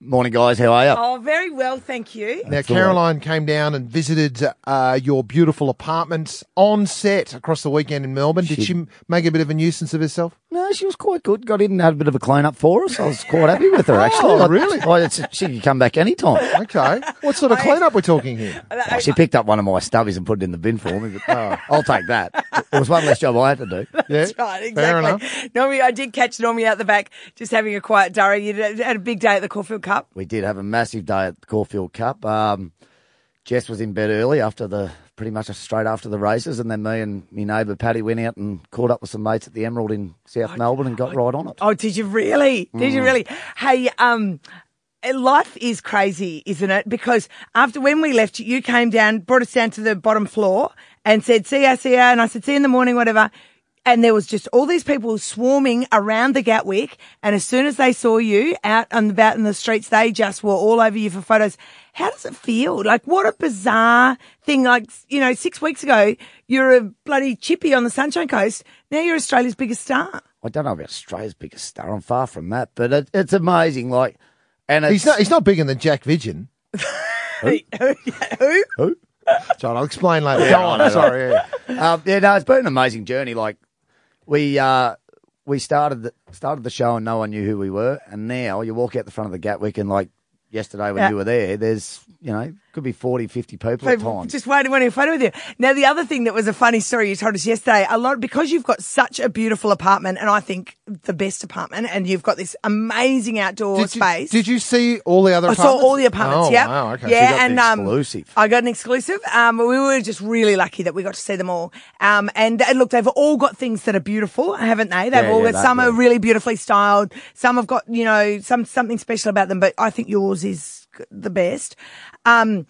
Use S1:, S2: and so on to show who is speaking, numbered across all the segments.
S1: Morning, guys. How are you?
S2: Oh, very well, thank you.
S3: Now, Caroline came down and visited uh, your beautiful apartment on set across the weekend in Melbourne. Did she m- make a bit of a nuisance of herself?
S1: No, she was quite good. Got in and had a bit of a clean up for us. I was quite happy with her, actually.
S3: Oh, really?
S1: I, I, it's- she could come back anytime.
S3: Okay. What sort of cleanup we're talking here?
S1: Oh, she picked up one of my stubbies and put it in the bin for me, but oh, I'll take that. It was one less job I had to do.
S3: Yeah.
S2: That's right,
S3: Fair enough.
S2: exactly. Normie, I did catch Normie out the back just having a quiet diary. You had a big day at the Caulfield Cup.
S1: We did have a massive day at the Caulfield Cup. Um, Jess was in bed early after the pretty much straight after the races, and then me and my neighbour Patty went out and caught up with some mates at the Emerald in South Melbourne and got right on it.
S2: Oh, did you really? Did you really? Hey, um, life is crazy, isn't it? Because after when we left, you came down, brought us down to the bottom floor and said, see ya, see ya. And I said, see you in the morning, whatever. And there was just all these people swarming around the Gatwick. And as soon as they saw you out and about in the streets, they just were all over you for photos. How does it feel? Like what a bizarre thing. Like, you know, six weeks ago, you're a bloody chippy on the Sunshine Coast. Now you're Australia's biggest star.
S1: I don't know about Australia's biggest star. I'm far from that, but it, it's amazing. Like, and it's,
S3: He's not, he's not bigger than Jack Vidgen.
S2: Who?
S3: John, I'll explain later. Go on. Sorry. yeah.
S1: um, yeah, no, it's been an amazing journey. Like we uh, we started the, started the show and no one knew who we were, and now you walk out the front of the Gatwick and like yesterday when
S2: Yeah.
S1: you were there, there's you know could be 40, 50 people at
S2: People
S1: times.
S2: Just waiting, wanting a photo with you. Now, the other thing that was a funny story you told us yesterday, a lot because you've got such a beautiful apartment, and I think the best apartment, and you've got this amazing outdoor
S3: Did you,
S2: space.
S3: did you see all the other
S2: I saw
S3: apartments?
S2: all the apartments.
S3: Oh,
S2: yeah,
S3: wow. Okay.
S2: yeah,
S1: got the
S2: and um,
S1: exclusive.
S2: I got an exclusive. Um, we were just really lucky that we got to see them all. Um, and, and look, they've all got things that are beautiful, haven't they? They've
S1: Yeah,
S2: all
S1: yeah,
S2: got
S1: that,
S2: some
S1: yeah.
S2: are really beautifully styled. Some have got you know some something special about them. But I think yours is g- the best. Um,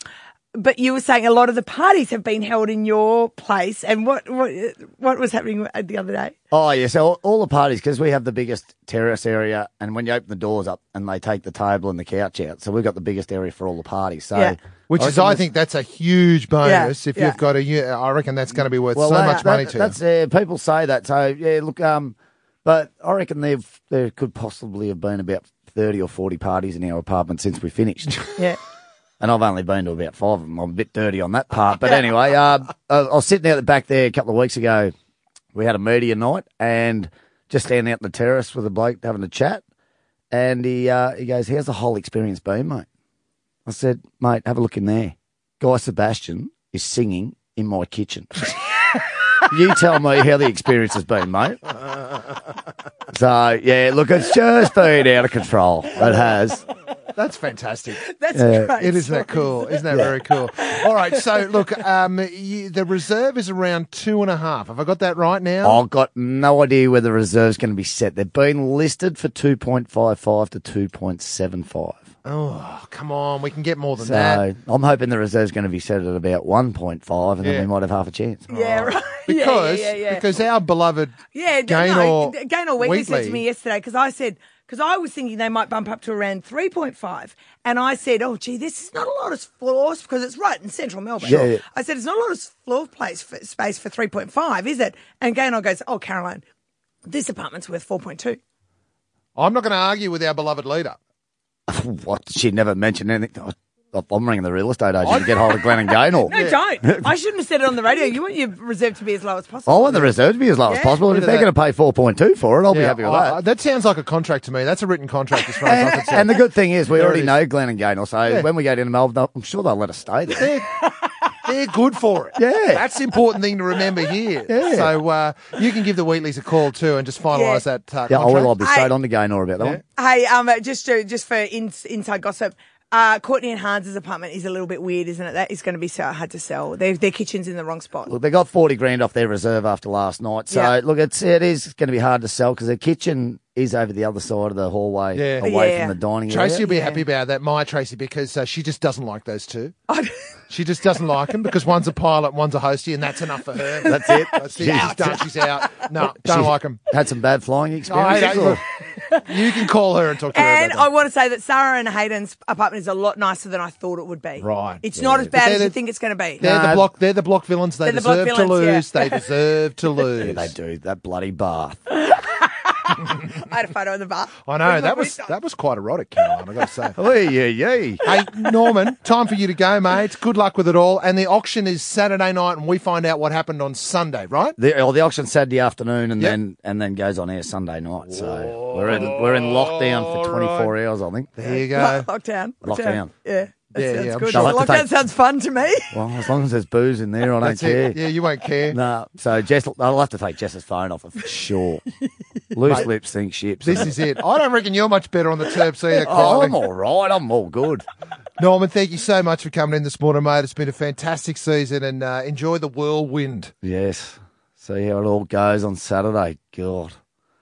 S2: but you were saying a lot of the parties have been held in your place, and what what, what was happening the other day?
S1: Oh yeah, so all- all the parties because we have the biggest terrace area, and when you open the doors up and they take the table and the couch out, so we've got the biggest area for all the parties. So
S2: Yeah.
S3: Which is,
S1: reckon
S3: I
S1: it's-
S3: think, that's a huge bonus. if
S2: yeah.
S3: you've got a, u- I reckon that's going to be worth so
S1: that-
S3: much
S1: that-
S3: money to you.
S1: That's uh, people say that. So yeah, look, um, but I reckon they've there could possibly have been about thirty or forty parties in our apartment since we finished,
S2: Yeah.
S1: and I've only been to about five of them. I'm a bit dirty on that part, but anyway, um, I, I was sitting out the back there a couple of weeks ago. We had a media night and just standing out on the terrace with a bloke having a chat, and he uh, he goes, "How's the whole experience been, mate?" I said, "Mate, have a look in there. Guy Sebastian is singing in my kitchen." you tell me how the experience has been, mate. So yeah, look, it's just been out of control. It has.
S3: That's fantastic.
S2: That's great.
S3: It is that cool. Isn't that very cool? All right. So, look, um, you, the reserve is around two and a half. Have I got that right now?
S1: I've got no idea where the reserve's going to be set. They've been listed for two point five five to two point seven five.
S3: Oh, come on. We can get more than
S1: So
S3: that.
S1: I'm hoping the reserve's going to be set at about one point five, and
S3: Yeah.
S1: then we might have half a chance.
S2: Yeah, right. Yeah, yeah,
S3: Because,
S2: yeah, yeah.
S3: because our beloved
S2: Yeah, d-
S3: Gaynor,
S2: no, Gaynor Wheatley said to
S3: Wheatley-
S2: me yesterday because I said because I was thinking they might bump up to around three point five, and I said, "Oh, gee, this is not a lot of floor because it's right in central Melbourne."
S1: Sure. Yeah.
S2: I said, "It's not a lot of floor place for, space for three point five, is it?" And Gaynor goes, "Oh, Caroline, this apartment's worth four point two.
S3: I'm not going to argue with our beloved leader.
S1: What? She never mentioned anything. I- I'm ringing the real estate agent to get hold of Glenn and Gaynor.
S2: No, don't. I shouldn't have said it on the radio. You want your reserve to be as low as
S1: I
S2: possible.
S1: want the reserve to be as low as
S2: Yeah.
S1: possible. And if
S3: Bit of
S1: they're going
S3: that.
S1: to pay four point two for it, I'll be happy with
S3: I-
S1: that.
S3: I- that sounds like a contract to me. That's a written contract as far as I'm
S1: And,
S3: concerned.
S1: and the good thing is, we
S3: There
S1: already
S3: it is.
S1: know Glenn and Gaynor, so
S3: Yeah.
S1: when we go down to Melbourne, they'll- I'm sure they'll let us stay there.
S3: they're, they're good for it.
S1: Yeah.
S3: That's the important thing to remember here.
S1: Yeah.
S3: So uh, you can give the Wheatleys a call too and just finalise
S2: Yeah.
S3: that uh,
S1: Yeah, I
S3: contract.
S1: will. I'll be
S2: I-
S1: straight on to Gaynor about that one.
S2: Hey, um, uh, just to, just for in, inside gossip, uh, Courtney and Hans's apartment is a little bit weird, isn't it? That is going to be so hard to sell. Their their kitchen's in the wrong spot.
S1: Look, they got forty grand off their reserve after last night, so
S2: Yeah.
S1: look, it's it is going to be hard to sell because their kitchen is over the other side of the hallway,
S3: Yeah.
S1: away
S2: Yeah.
S1: from the dining
S3: Tracy
S1: area.
S3: will be happy about that, my Tracy, because uh, she just doesn't like those two.
S2: I-
S3: She just doesn't like them because one's a pilot, one's a hostie, and that's enough for her. That's
S1: it.
S3: That's it. She's done. She's out. No, don't like them.
S1: Had some bad flying
S3: I
S1: experiences.
S3: don't,
S1: or-
S3: you can call her and talk to her
S2: and I
S3: about
S2: want to say that Sarah and Hayden's apartment is a lot nicer than I thought it would be.
S3: Right.
S2: It's not as bad
S3: they're
S2: as you
S3: the-
S2: think it's going to be.
S3: that. They're
S1: No.
S3: the block. They're the block villains. They
S2: They're the block
S3: deserve to
S2: villains, yeah.
S3: lose. They deserve to lose.
S1: Yeah, they do that bloody bath.
S2: I had a photo in the bar.
S3: I know that was that was quite erotic, Caroline. I got to say.
S1: Hey, yeah, yeah.
S3: hey Norman, time for you to go, mate. Good luck with it all. And the auction is Saturday night, and we find out what happened on Sunday, right?
S1: The, oh, the auction Saturday afternoon, and
S3: Yep.
S1: then and then goes on air Sunday night. So we're in we're in lockdown for 24 hours, I think.
S3: There you
S2: Lo-
S3: go.
S2: lockdown.
S1: Lockdown.
S2: Yeah. That
S3: Yeah,
S2: sounds
S3: yeah, I'm
S2: good.
S3: sure.
S1: I'll have to
S2: Lockdown
S1: take-
S2: sounds fun to me.
S1: Well, as long as there's booze in there, I don't
S3: That's
S1: care.
S3: it. Yeah, you won't care.
S1: No, so Jess, I'll have to take Jess's phone off her for sure. Loose lips sink ships.
S3: This is it. I don't reckon you're much better on the Terps either,
S1: Oh,
S3: Carly.
S1: I'm all right. I'm all good.
S3: Norman, thank you so much for coming in this morning, mate. It's been a fantastic season, and uh, enjoy the whirlwind.
S1: Yes. See how it all goes on Saturday. God.